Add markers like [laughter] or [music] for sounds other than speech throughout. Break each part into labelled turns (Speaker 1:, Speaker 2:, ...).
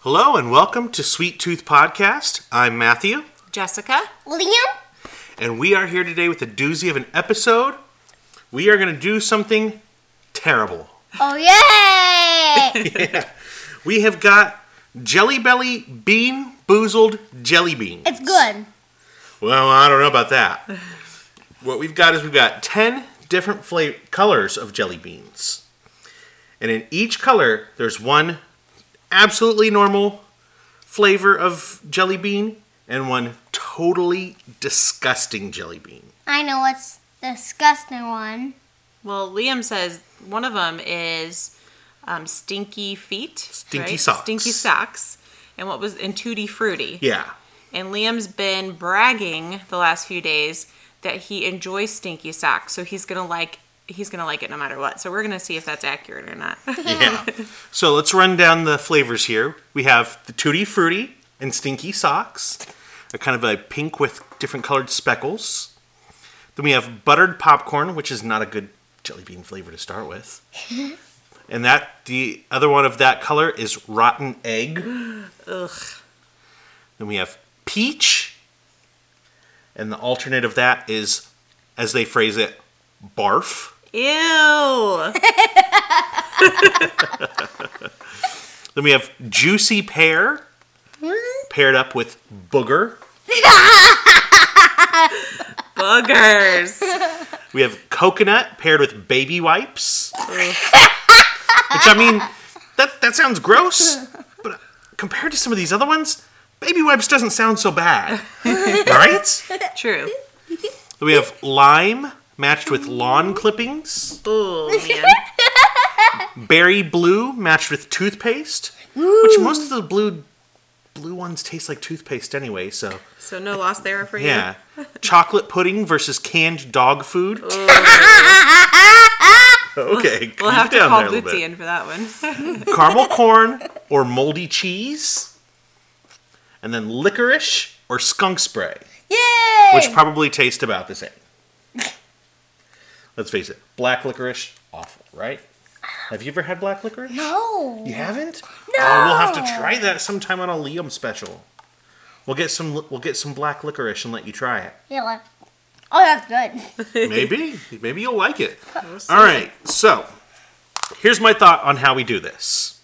Speaker 1: Hello and welcome to Sweet Tooth Podcast. I'm Matthew,
Speaker 2: Jessica,
Speaker 3: Liam?
Speaker 1: and we are here today with a doozy of an episode. We are going to do something terrible.
Speaker 3: Oh,
Speaker 2: [laughs]
Speaker 3: yay!
Speaker 1: We have got Jelly Belly Bean Boozled Jelly Beans.
Speaker 3: it's good.
Speaker 1: Well, I don't know about that. what we've got is we've got 10 different flavor colors of jelly beans. And in each color, there's one absolutely normal flavor of jelly bean and one totally disgusting jelly bean.
Speaker 3: I know what's disgusting one. [laughs]
Speaker 2: well, Liam says one of them is um, stinky feet,
Speaker 1: Stinky
Speaker 2: right?
Speaker 1: socks.
Speaker 2: stinky socks, and what was and tutti frutti.
Speaker 1: Yeah.
Speaker 2: And Liam's been bragging the last few days that he enjoys stinky socks, so he's gonna like he's gonna like it no matter what. So we're gonna see if that's accurate or not. [laughs]
Speaker 1: [laughs] Yeah. so let's run down the flavors here. We have the Tutti Frutti and Stinky Socks, a kind of a pink with different colored speckles. Then we have buttered popcorn, which is not a good jelly bean flavor to start with. and that the other one of that color is rotten egg. Ugh. Then we have peach, and the alternate of that is, as they phrase it, barf.
Speaker 2: Ew.
Speaker 1: Then we have juicy pear, paired up with booger.
Speaker 2: Boogers.
Speaker 1: We have coconut paired with baby wipes. Which I mean, that that sounds gross, but compared to some of these other ones, baby wipes doesn't sound so bad, right? Then
Speaker 2: True.
Speaker 1: we have lime matched with lawn clippings,
Speaker 2: Oh man.
Speaker 1: berry blue matched with toothpaste, which most of the blue blue ones taste like toothpaste anyway, so.
Speaker 2: So no loss there for you. [laughs]
Speaker 1: Yeah. Chocolate pudding versus canned dog food. okay.
Speaker 2: We'll
Speaker 1: keep
Speaker 2: have
Speaker 1: it
Speaker 2: to
Speaker 1: down
Speaker 2: call
Speaker 1: there a little
Speaker 2: Bootsy
Speaker 1: bit.
Speaker 2: in for that one. [laughs]
Speaker 1: Caramel corn or moldy cheese. And then licorice or skunk spray,
Speaker 3: Yay!
Speaker 1: which probably taste about the same. Let's face it, black licorice, awful, right? Have you ever had black licorice?
Speaker 3: no.
Speaker 1: You haven't? Oh, we'll have to try that sometime on a Liam special. We'll get some we'll get some black licorice and let you try
Speaker 2: [laughs]
Speaker 1: it.
Speaker 3: Yeah, like, oh, that's good.
Speaker 1: maybe maybe you'll like it all right so here's my thought on how we do this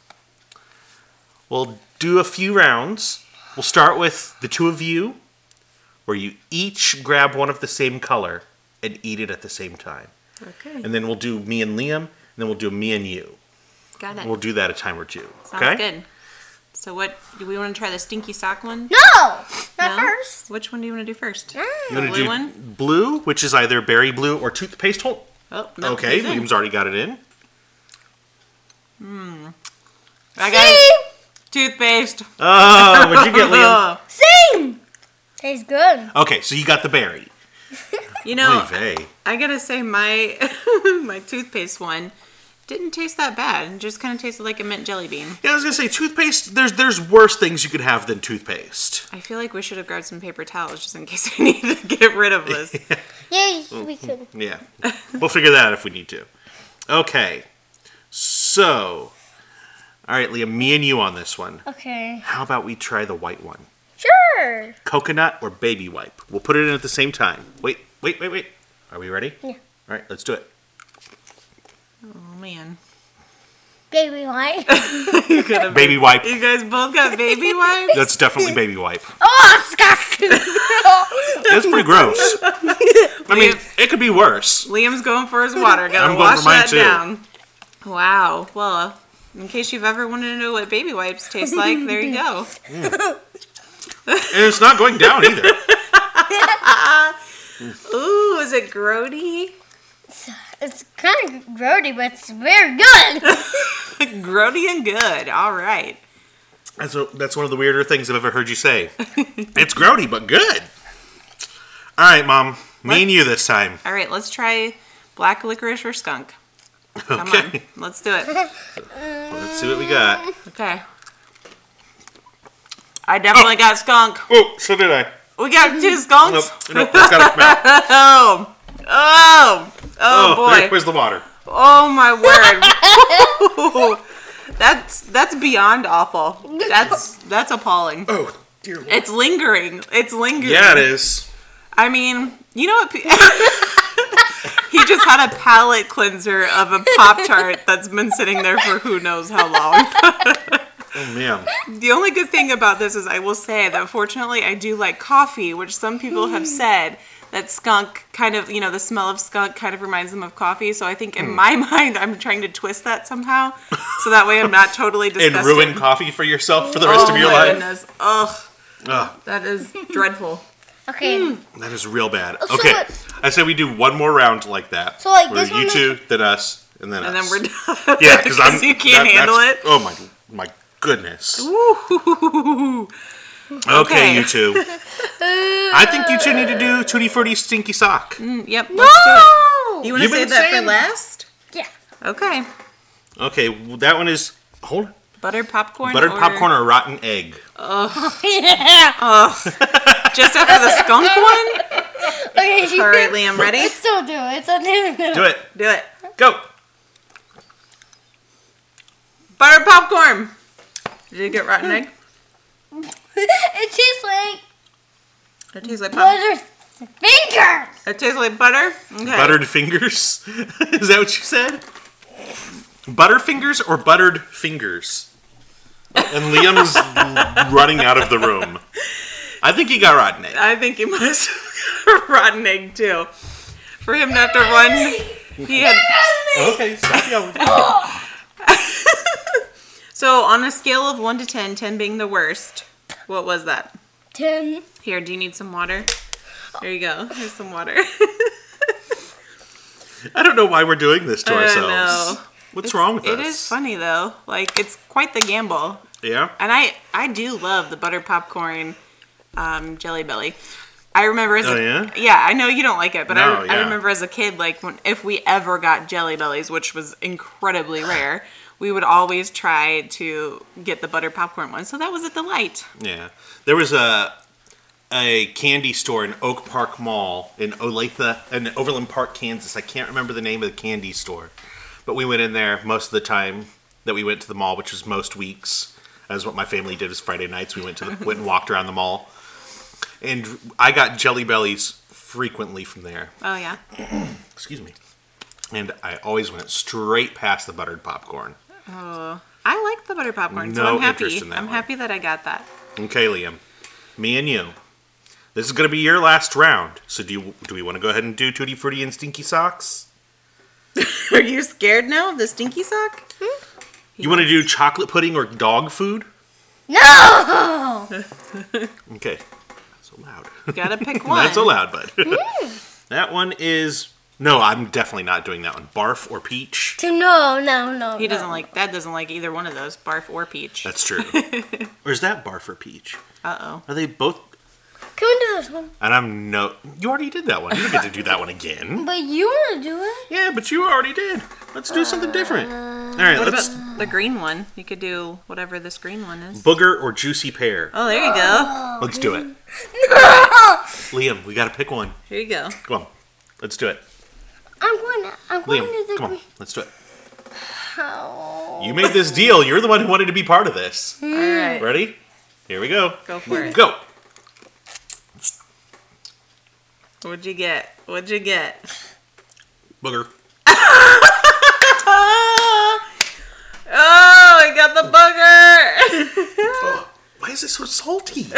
Speaker 1: we'll do a few rounds we'll start with the two of you where you each grab one of the same color and eat it at the same time
Speaker 2: Okay.
Speaker 1: and then we'll do me and liam and then we'll do me and you
Speaker 2: Got it.
Speaker 1: we'll do that a time or two
Speaker 2: Sounds
Speaker 1: okay
Speaker 2: good. So what do we want to try the stinky sock one?
Speaker 3: No! Not first. Ah.
Speaker 2: Which one do you want to do first?
Speaker 1: you want to
Speaker 2: Blue
Speaker 1: do
Speaker 2: one?
Speaker 1: blue which is either berry blue or toothpaste hole
Speaker 2: Oh, no,
Speaker 1: okay
Speaker 2: he's in.
Speaker 1: liam's already got it in
Speaker 2: I got it.
Speaker 3: Sing!
Speaker 2: toothpaste.
Speaker 1: oh what'd you get liam
Speaker 2: [laughs] Oh,
Speaker 3: Sing! Tastes good.
Speaker 1: okay so you got the berry
Speaker 2: you know,
Speaker 1: Oy vey.
Speaker 2: I gotta say my [laughs] my toothpaste one didn't taste that bad. It just kind of tasted like a mint jelly bean.
Speaker 1: Yeah, I was gonna say toothpaste. There's there's worse things you could have than toothpaste.
Speaker 2: I feel like we should have grabbed some paper towels just in case [laughs] we need to get rid of
Speaker 1: [laughs]
Speaker 2: this.
Speaker 3: Yeah, we
Speaker 2: Mm-hmm.
Speaker 3: could.
Speaker 1: Yeah, [laughs] we'll figure that out if we need to. Okay, so all right, Leah, me and you on this one.
Speaker 3: Okay.
Speaker 1: How about we try the white one,
Speaker 3: Sure.
Speaker 1: coconut or baby wipe? We'll put it in at the same time. Wait, wait, wait, wait. Are we ready?
Speaker 3: Yeah.
Speaker 1: All right, let's do it.
Speaker 2: Oh man,
Speaker 3: Baby
Speaker 2: [laughs]
Speaker 3: white.
Speaker 2: you, could have-
Speaker 1: Baby wipe.
Speaker 2: you guys both got baby wipes.
Speaker 1: That's definitely baby wipe.
Speaker 3: oh, disgusting. [laughs]
Speaker 1: That's pretty gross. I mean, it could be worse.
Speaker 2: Liam's going for his water.
Speaker 1: [laughs]
Speaker 2: Gotta
Speaker 1: I'm going
Speaker 2: wash
Speaker 1: for mine
Speaker 2: that
Speaker 1: too.
Speaker 2: down. Wow. Well, in case you've ever wanted to know what baby wipes
Speaker 1: [laughs]
Speaker 2: taste like, there you go.
Speaker 1: And it's not going down either.
Speaker 2: Ooh, is it grody? [laughs]
Speaker 3: it's kind of grody, but it's
Speaker 2: [laughs]
Speaker 3: very good.
Speaker 2: grody and good. All right.
Speaker 1: That's a, that's one of the weirder things I've ever heard you say. [laughs] it's grody, but good. All right, mom. Me and you this time.
Speaker 2: All right. Let's try black licorice or skunk. Come
Speaker 1: Okay.
Speaker 2: on. Let's do
Speaker 1: [laughs]
Speaker 2: it.
Speaker 1: Let's see what we got.
Speaker 2: Okay. I definitely got skunk.
Speaker 1: Oh, so did I.
Speaker 2: We got two skunks.
Speaker 1: Nope, nope. That's got a mouth.
Speaker 2: Oh. [laughs] Oh. Oh,
Speaker 1: Oh,
Speaker 2: boy.
Speaker 1: there- where's the water?
Speaker 2: Oh my Oh word. That's that's beyond awful. That's that's appalling.
Speaker 1: Oh, dear Lord.
Speaker 2: It's lingering. It's lingering.
Speaker 1: Yeah, it is.
Speaker 2: I mean, you know what? pe- [laughs] he just had a palate cleanser of a Pop Tart that's been sitting there for who knows how long.
Speaker 1: Oh, man.
Speaker 2: The only good thing about this is I will say that fortunately I do like coffee, which some people have
Speaker 1: Hmm.
Speaker 2: said that skunk kind of, you know, the smell of skunk kind of reminds them of coffee. So I think
Speaker 1: Hmm.
Speaker 2: in my [laughs] mind I'm trying to twist that somehow. So that way I'm
Speaker 1: [laughs]
Speaker 2: not totally disgusted.
Speaker 1: And ruin coffee for yourself for the rest
Speaker 2: oh
Speaker 1: of your
Speaker 2: my
Speaker 1: life.
Speaker 2: Goodness. Ugh,
Speaker 1: Ugh, [laughs]
Speaker 2: that is dreadful.
Speaker 3: Okay.
Speaker 2: Mm,
Speaker 1: that is real bad.
Speaker 3: so
Speaker 1: okay.
Speaker 3: what-
Speaker 1: I say we do one more round like that.
Speaker 3: So, like,
Speaker 1: Where
Speaker 3: this one
Speaker 1: you
Speaker 3: is-
Speaker 1: two, then us, and then
Speaker 2: And
Speaker 1: us.
Speaker 2: then we're done.
Speaker 1: [laughs]
Speaker 2: [laughs]
Speaker 1: Yeah, because I'm.
Speaker 2: you can't
Speaker 1: that-
Speaker 2: handle
Speaker 1: that's-
Speaker 2: it.
Speaker 1: Oh my my goodness.
Speaker 2: Ooh.
Speaker 1: Okay, you
Speaker 2: [laughs]
Speaker 1: two. I think you two need to do tutti frutti stinky sock.
Speaker 2: Mm, Yep. Let's do it. You want to
Speaker 1: You've
Speaker 2: save
Speaker 1: been
Speaker 2: that
Speaker 1: saying-
Speaker 2: for last?
Speaker 3: Yeah.
Speaker 2: Okay.
Speaker 1: Okay, well, that one is hold on.
Speaker 2: Buttered popcorn.
Speaker 1: buttered
Speaker 2: or-
Speaker 1: popcorn or rotten egg. [laughs]
Speaker 3: yeah.
Speaker 2: Just after the skunk one.
Speaker 3: Okay, she
Speaker 2: All right, Liam, ready?
Speaker 3: Let's still do it. It's on
Speaker 1: Do it.
Speaker 2: Do it. [laughs]
Speaker 1: Go.
Speaker 2: Buttered popcorn. Did it get rotten egg?
Speaker 3: [laughs] it tastes like
Speaker 2: It tastes
Speaker 1: Um.
Speaker 2: like pop.
Speaker 3: butter finger.
Speaker 2: It tastes like butter. Okay.
Speaker 1: Buttered fingers. [laughs] is that what you said? Butterfingers or buttered fingers. And Liam
Speaker 2: [laughs]
Speaker 1: is running out of the room. I think he got rotten egg.
Speaker 2: I think he [laughs] must have rotten egg too. For him not to run, he had.
Speaker 1: Okay, stop yelling.
Speaker 2: So on a scale of one to 10, 10 being the worst, what was that?
Speaker 3: Ten.
Speaker 2: Here, do you need some water? There you go. Here's some water.
Speaker 1: I don't know why we're doing this to
Speaker 2: I
Speaker 1: ourselves.
Speaker 2: know.
Speaker 1: What's
Speaker 2: It's-
Speaker 1: wrong with
Speaker 2: It
Speaker 1: us?
Speaker 2: is funny though. Like it's quite the gamble.
Speaker 1: Yeah.
Speaker 2: And I I do love the butter popcorn um, jelly belly. I remember as
Speaker 1: Oh,
Speaker 2: a,
Speaker 1: yeah?
Speaker 2: I know you don't like it, but
Speaker 1: No,
Speaker 2: I, I
Speaker 1: yeah.
Speaker 2: remember as a kid like when if we ever got jelly bellies, which was
Speaker 1: [sighs]
Speaker 2: incredibly rare, we would always try to get the butter popcorn one. So that was a delight.
Speaker 1: Yeah. There was a a candy store in Oak Park Mall in Olathe in Overland Park, Kansas. I can't remember the name of the candy store. But we went in there most of the time that we went to the mall, which was most weeks. That was what my family did was Friday nights. We went to the, went and walked around the mall. And I got jelly bellies frequently from there.
Speaker 2: Oh yeah.
Speaker 1: Excuse me. And I always went straight past the buttered popcorn.
Speaker 2: Oh, I like the butter popcorn. so
Speaker 1: No
Speaker 2: I'm happy.
Speaker 1: interest in that
Speaker 2: I'm
Speaker 1: one.
Speaker 2: happy that I got that.
Speaker 1: Okay, Liam. Me and you. This is gonna be your last round. So do you do we want to go ahead and do Tutti Frutti and Stinky Socks?
Speaker 2: [laughs] Are you scared now of the stinky sock?
Speaker 1: You want to do chocolate pudding or dog food?
Speaker 3: No.
Speaker 1: [laughs] Okay. That's allowed. [laughs]
Speaker 2: Gotta pick one.
Speaker 1: That's allowed, bud. [laughs]
Speaker 3: Mm.
Speaker 1: that one is no. I'm definitely not doing that one. Barf or peach.
Speaker 3: To no, no, no.
Speaker 2: He doesn't
Speaker 3: no.
Speaker 2: like that. Doesn't like either one of those, barf or peach.
Speaker 1: That's
Speaker 2: [laughs]
Speaker 1: true. or is that barf or peach?
Speaker 2: Uh oh.
Speaker 1: Are they both?
Speaker 3: Can we do this one?
Speaker 1: And I'm no. You already did that one. You don't get to do that one
Speaker 2: [laughs]
Speaker 1: again.
Speaker 3: But you want to do
Speaker 1: [laughs]
Speaker 3: it?
Speaker 1: Yeah, but you already did. Let's do something different. All right.
Speaker 2: Uh, What
Speaker 1: Let's
Speaker 2: about the green one? You could do whatever this green one is.
Speaker 1: booger or juicy pear.
Speaker 2: Oh, there you go.
Speaker 1: Let's do it.
Speaker 3: No.
Speaker 1: Liam, we gotta pick one.
Speaker 2: Here you go.
Speaker 1: Come on, let's do it.
Speaker 3: I'm going. To, I'm going to
Speaker 1: Liam,
Speaker 3: the Oh.
Speaker 1: come on,
Speaker 3: green
Speaker 1: let's do it.
Speaker 3: house.
Speaker 1: You made this deal. You're the one who wanted to be part of this.
Speaker 2: All right.
Speaker 1: Ready? Here we go.
Speaker 2: Go for it.
Speaker 1: Go.
Speaker 2: What'd you get? What'd you get? [laughs]
Speaker 1: Booger.
Speaker 2: Ah! Oh, I got the booger. [laughs]
Speaker 1: Why is it so salty? [laughs]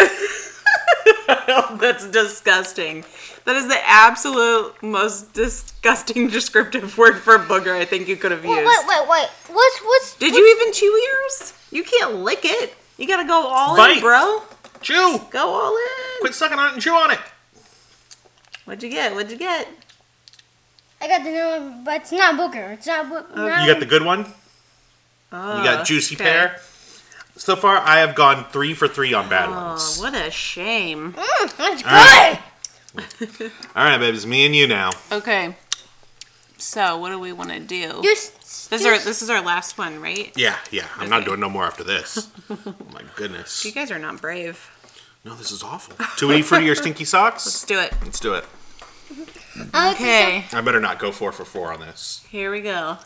Speaker 2: That's disgusting. That is the absolute most disgusting [laughs] descriptive word for booger I think you could have used.
Speaker 3: Wait, wait, wait, wait. What's what's?
Speaker 2: Did you even chew yours? You can't lick it. You gotta go all in,
Speaker 1: Bite.
Speaker 2: bro.
Speaker 1: chew.
Speaker 2: Go all in.
Speaker 1: Quit sucking on it and chew on it.
Speaker 2: What'd you get? What'd you get?
Speaker 3: I got the new one, but it's not booger. It's not. Bo-
Speaker 1: Oh, You got the good one. You
Speaker 2: Oh,
Speaker 1: got juicy
Speaker 2: okay.
Speaker 1: pear. So far, I have gone three for three on bad
Speaker 2: Oh,
Speaker 1: ones.
Speaker 2: what a shame.
Speaker 3: Mm, that's
Speaker 1: right.
Speaker 3: good.
Speaker 1: All right, babies, me and you now.
Speaker 2: Okay. So, what do we want to do?
Speaker 3: You s-
Speaker 2: This is our this is our last one, right?
Speaker 1: Yeah, yeah. I'm not
Speaker 2: Okay.
Speaker 1: doing no more after
Speaker 2: [laughs]
Speaker 1: this. oh my goodness.
Speaker 2: You guys are not brave.
Speaker 1: No, this is awful. Too many fruity or stinky
Speaker 2: Let's
Speaker 1: socks?
Speaker 2: do it.
Speaker 1: Let's do it.
Speaker 3: Alex is so-
Speaker 2: Okay,
Speaker 1: I better not go four for four on this.
Speaker 2: here we go.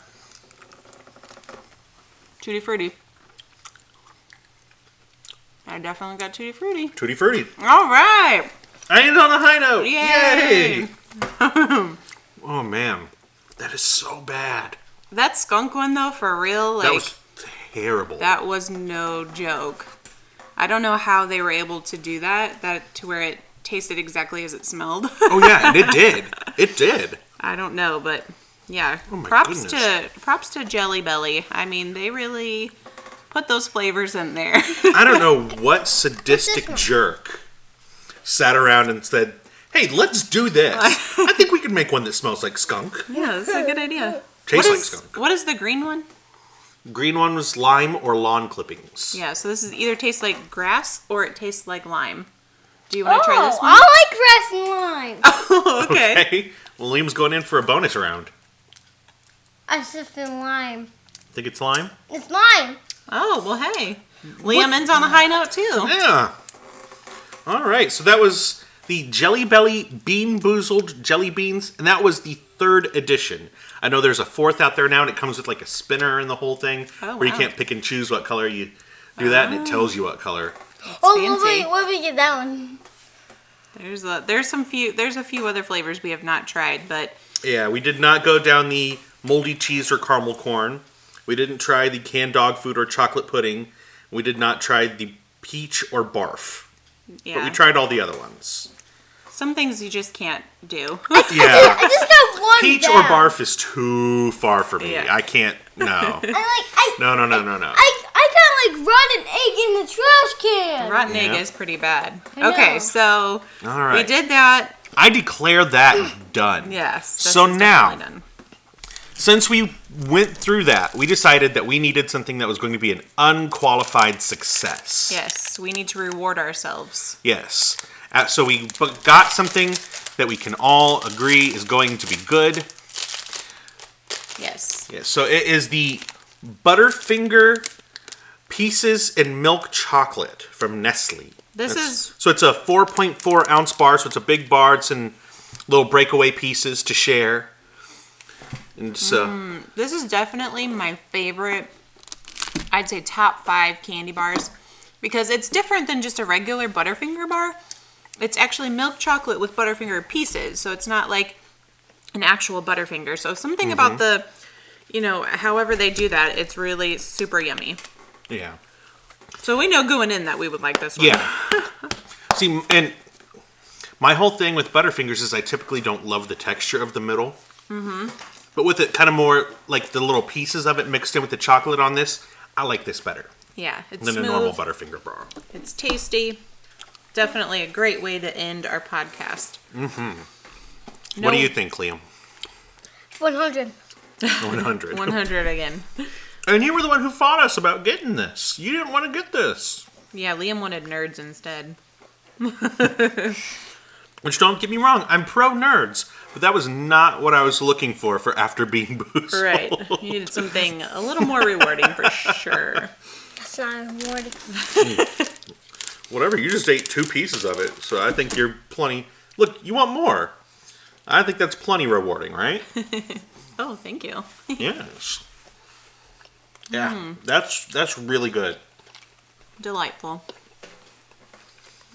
Speaker 2: Tutti frutti. I definitely got tutti frutti.
Speaker 1: Tutti frutti.
Speaker 2: All right.
Speaker 1: I ended on a high note.
Speaker 2: Yay.
Speaker 1: Yay! oh man, that is so bad.
Speaker 2: [laughs] That skunk one though, for real, like
Speaker 1: that was terrible.
Speaker 2: that was no joke. I don't know how they were able to do that. That to where it tasted exactly as it smelled.
Speaker 1: oh yeah,
Speaker 2: [laughs]
Speaker 1: and it did. It did.
Speaker 2: I don't know, but yeah.
Speaker 1: Oh my
Speaker 2: props
Speaker 1: goodness.
Speaker 2: to props to Jelly Belly. I mean, they really put those flavors in
Speaker 3: [laughs]
Speaker 2: there.
Speaker 1: I don't know what sadistic jerk sat around and said, "Hey, let's do this. I think we could make one that smells like skunk,
Speaker 2: yeah, that's a good idea. What
Speaker 1: tastes like
Speaker 2: is-
Speaker 1: skunk."
Speaker 2: what is the green one?
Speaker 1: Green one was lime or lawn clippings.
Speaker 2: Yeah, so this is either tastes like grass or it tastes like lime. Do you want to try
Speaker 3: Oh,
Speaker 2: this one? [laughs] Oh,
Speaker 3: I like grass and lime.
Speaker 2: okay.
Speaker 1: Okay. Well, Liam's going in for a bonus round.
Speaker 3: I sniffing lime.
Speaker 1: Think it's lime?
Speaker 3: It's lime.
Speaker 2: Oh well, hey, Liam ends on a high note too.
Speaker 1: Yeah. All right. So that was the Jelly Belly Bean Boozled Jelly Beans, and that was the third edition. I know there's a fourth out there now, and it comes with like a spinner and the whole thing,
Speaker 2: Oh,
Speaker 1: where you
Speaker 2: wow.
Speaker 1: can't pick and choose what color you do that, and it tells you what color.
Speaker 3: oh,
Speaker 2: fancy.
Speaker 3: wait, wait, let me get that one.
Speaker 2: There's a there's some few there's a few other flavors we have not tried, but
Speaker 1: Yeah, we did not go down the moldy cheese or caramel corn. We didn't try the canned dog food or chocolate pudding. We did not try the peach or barf. But
Speaker 2: yeah,
Speaker 1: we tried all the other ones.
Speaker 2: some things you just can't
Speaker 1: [laughs]
Speaker 2: do.
Speaker 1: Yeah.
Speaker 3: I just
Speaker 1: [laughs]
Speaker 3: got one.
Speaker 1: Peach
Speaker 3: down.
Speaker 1: or barf is too far for me.
Speaker 2: Yeah.
Speaker 1: I can't. No.
Speaker 3: I like. I,
Speaker 1: No, no, no, no, no.
Speaker 3: I, I got like rotten egg in the trash can.
Speaker 2: Rotten egg
Speaker 1: Yeah.
Speaker 2: is pretty bad.
Speaker 3: I
Speaker 2: Okay,
Speaker 3: know.
Speaker 2: so
Speaker 1: All right.
Speaker 2: we did that.
Speaker 1: I declare that done.
Speaker 2: Yes. this
Speaker 1: So
Speaker 2: is
Speaker 1: now-
Speaker 2: definitely done.
Speaker 1: Since we went through that, we decided that we needed something that was going to be an unqualified success.
Speaker 2: yes, we need to reward ourselves.
Speaker 1: Yes. Uh, so we bu- got something that we can all agree is going to be good.
Speaker 2: Yes.
Speaker 1: Yes. So it is the Butterfinger Pieces and Milk Chocolate from Nestle.
Speaker 2: This
Speaker 1: That's-
Speaker 2: is-
Speaker 1: so it's a 4.4 ounce bar. So it's a big bar. It's in little breakaway pieces to share. And so
Speaker 2: This is definitely my favorite. I'd say top five candy bars because it's different than just a regular Butterfinger bar. It's actually milk chocolate with Butterfinger pieces, so it's not like an actual Butterfinger. So something
Speaker 1: Mm-hmm.
Speaker 2: about the, you know, however they do that, it's really super yummy.
Speaker 1: yeah,
Speaker 2: So we know going in that we would like this one.
Speaker 1: yeah. See, m- and my whole thing with Butterfingers is I typically don't love the texture of the middle. Mm-hmm. But with it kind of more like the little pieces of it mixed in with the chocolate on this, I like this better
Speaker 2: yeah. It's
Speaker 1: than
Speaker 2: smooth.
Speaker 1: a normal Butterfinger bar.
Speaker 2: It's tasty. Definitely a great way to end our podcast. Mm-hmm.
Speaker 1: What do you think, Liam? [laughs]
Speaker 3: 100.
Speaker 1: 100.
Speaker 2: 100 again. [laughs]
Speaker 1: And you were the one who fought us about getting this. You didn't want to get this.
Speaker 2: Yeah, Liam wanted nerds instead.
Speaker 1: Which don't get me wrong, I'm pro nerds, but that was not what I was looking for for after being [laughs] booze.
Speaker 2: Right. you needed something a little more rewarding for sure.
Speaker 3: That's not rewarding.
Speaker 1: Whatever, you just ate two pieces of it, so I think you're plenty. Look, you want more. I think that's plenty rewarding, right?
Speaker 2: Oh, thank you.
Speaker 1: yes. Yeah, that's that's really good.
Speaker 2: Delightful.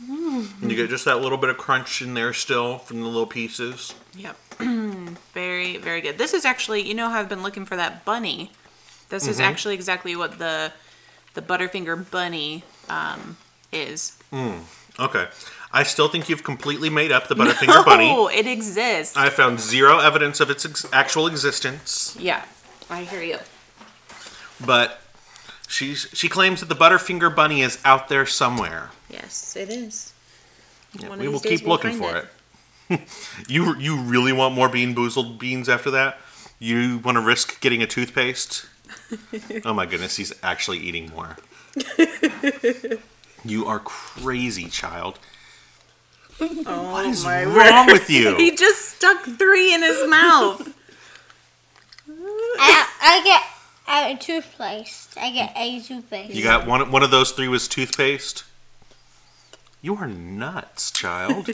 Speaker 1: And You get just that little bit of crunch in there still from the little pieces.
Speaker 2: Yep. [clears throat] very, very good. This is actually, you know, how I've been looking for that bunny. This
Speaker 1: Mm-hmm.
Speaker 2: is actually exactly what the the Butterfinger bunny um, is.
Speaker 1: Okay, I still think you've completely made up the Butterfinger Bunny.
Speaker 2: Oh, it exists.
Speaker 1: I found zero evidence of its ex- actual existence,
Speaker 2: yeah, I hear you.
Speaker 1: but she's she claims that the Butterfinger bunny is out there somewhere.
Speaker 2: Yes, it is. One of
Speaker 1: we
Speaker 2: these
Speaker 1: will
Speaker 2: days
Speaker 1: keep
Speaker 2: we'll
Speaker 1: looking
Speaker 2: find
Speaker 1: for it. [laughs] you you really want more bean boozled beans after that? You want to risk getting a
Speaker 2: [laughs]
Speaker 1: toothpaste? oh my goodness, he's actually eating more. you are crazy, child. what is wrong with
Speaker 2: Oh [laughs] He
Speaker 1: you?
Speaker 2: just stuck three
Speaker 1: [laughs]
Speaker 2: in his mouth.
Speaker 3: I, I get a toothpaste. I get a toothpaste.
Speaker 1: You got one one of those three was toothpaste? You are nuts, child.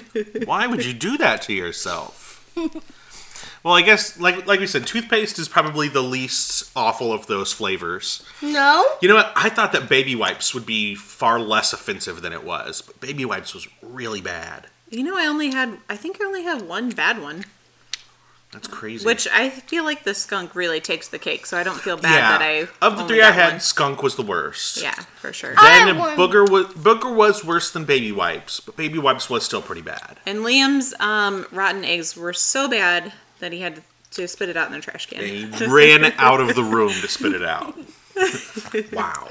Speaker 1: Why would you do that to yourself? Well, I guess like like we said, toothpaste is probably the least awful of those flavors.
Speaker 3: No.
Speaker 1: You know what? I thought that baby wipes would be far less offensive than it was, but baby wipes was really bad.
Speaker 2: You know, I only had, I think I only had one bad one,
Speaker 1: That's crazy.
Speaker 2: which I feel like the skunk really takes the cake, so I don't feel bad
Speaker 1: yeah,
Speaker 2: that I.
Speaker 1: of the
Speaker 2: only
Speaker 1: three I
Speaker 2: got
Speaker 1: had,
Speaker 2: one.
Speaker 1: skunk was the worst.
Speaker 2: Yeah, for sure.
Speaker 1: Then
Speaker 3: I won.
Speaker 1: booger was booger was worse than baby wipes, but baby wipes was still pretty bad.
Speaker 2: And Liam's um, rotten eggs were so bad that he had to spit it out in the trash can.
Speaker 1: And he ran out of the room to spit it out. wow.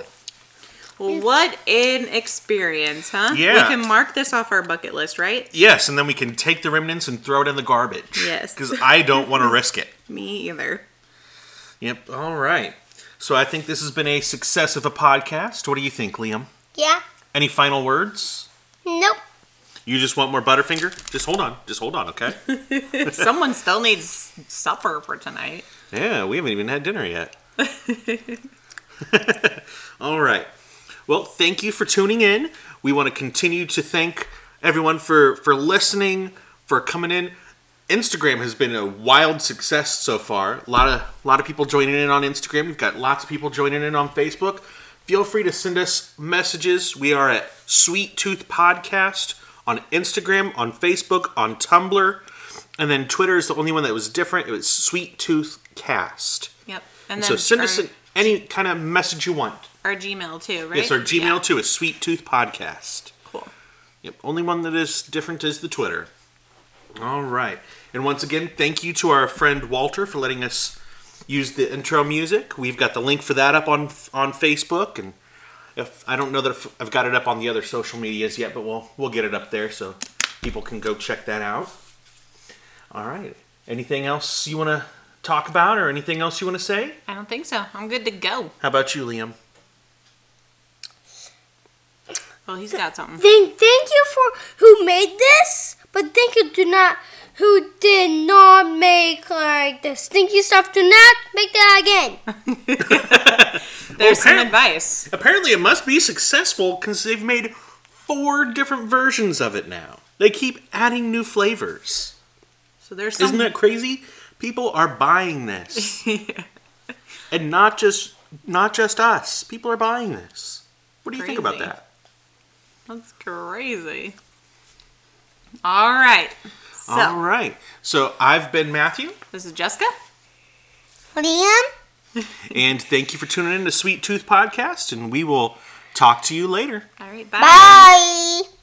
Speaker 2: Well, what an experience, huh?
Speaker 1: Yeah.
Speaker 2: We can mark this off our bucket list, right?
Speaker 1: Yes, and then we can take the remnants and throw it in the garbage.
Speaker 2: Yes.
Speaker 1: Because I don't want to risk it.
Speaker 2: Me either. [laughs]
Speaker 1: Yep. All right. So I think this has been a success of a podcast. What do you think, Liam?
Speaker 3: Yeah.
Speaker 1: Any final words?
Speaker 3: Nope.
Speaker 1: You just want more Butterfinger? Just hold on. Just hold on, okay?
Speaker 2: Someone still needs supper for tonight.
Speaker 1: yeah, we haven't even had dinner yet. [laughs] All right. Well, thank you for tuning in. We want to continue to thank everyone for for listening, for coming in. Instagram has been a wild success so far. A lot of lot of people joining in on Instagram. We've got lots of people joining in on Facebook. Feel free to send us messages. We are at Sweet Tooth Podcast on Instagram, on Facebook, on Tumblr, and then Twitter is the only one that was different. It was Sweet Tooth Cast.
Speaker 2: Yep. And
Speaker 1: And
Speaker 2: then
Speaker 1: so send
Speaker 2: our,
Speaker 1: us an- any kind of message you want.
Speaker 2: our Gmail too, right?
Speaker 1: Yes, our Gmail
Speaker 2: Yeah,
Speaker 1: too is Sweet Tooth Podcast.
Speaker 2: Cool.
Speaker 1: Yep, only one that is different is the Twitter. All right, and once again, thank you to our friend Walter for letting us use the intro music. We've got the link for that up on on Facebook, and if I don't know that if I've got it up on the other social medias yet, but we'll we'll get it up there so people can go check that out. All right, anything else you want to talk about, or anything else you want to say?
Speaker 2: I don't think so. I'm good to go.
Speaker 1: How about you, Liam?
Speaker 2: Well, he's got something.
Speaker 3: Thank, thank you for who made this, but thank you to not who did not make like the stinky stuff. Do not make that again.
Speaker 1: [laughs]
Speaker 2: There's some
Speaker 1: apparent-
Speaker 2: advice.
Speaker 1: Apparently, it must be successful because they've made four different versions of it now. They keep adding new flavors.
Speaker 2: So there's some
Speaker 1: Isn't
Speaker 2: [laughs]
Speaker 1: that crazy? People are buying this, and not just not just us. People are buying this. What do you think about
Speaker 2: Crazy.
Speaker 1: that?
Speaker 2: That's crazy. All right. So,
Speaker 1: All right. So I've been Matthew,
Speaker 2: this is Jessica.
Speaker 3: Liam,
Speaker 1: and thank you for tuning in to Sweet Tooth Podcast, and we will talk to you later.
Speaker 2: All right.
Speaker 3: bye.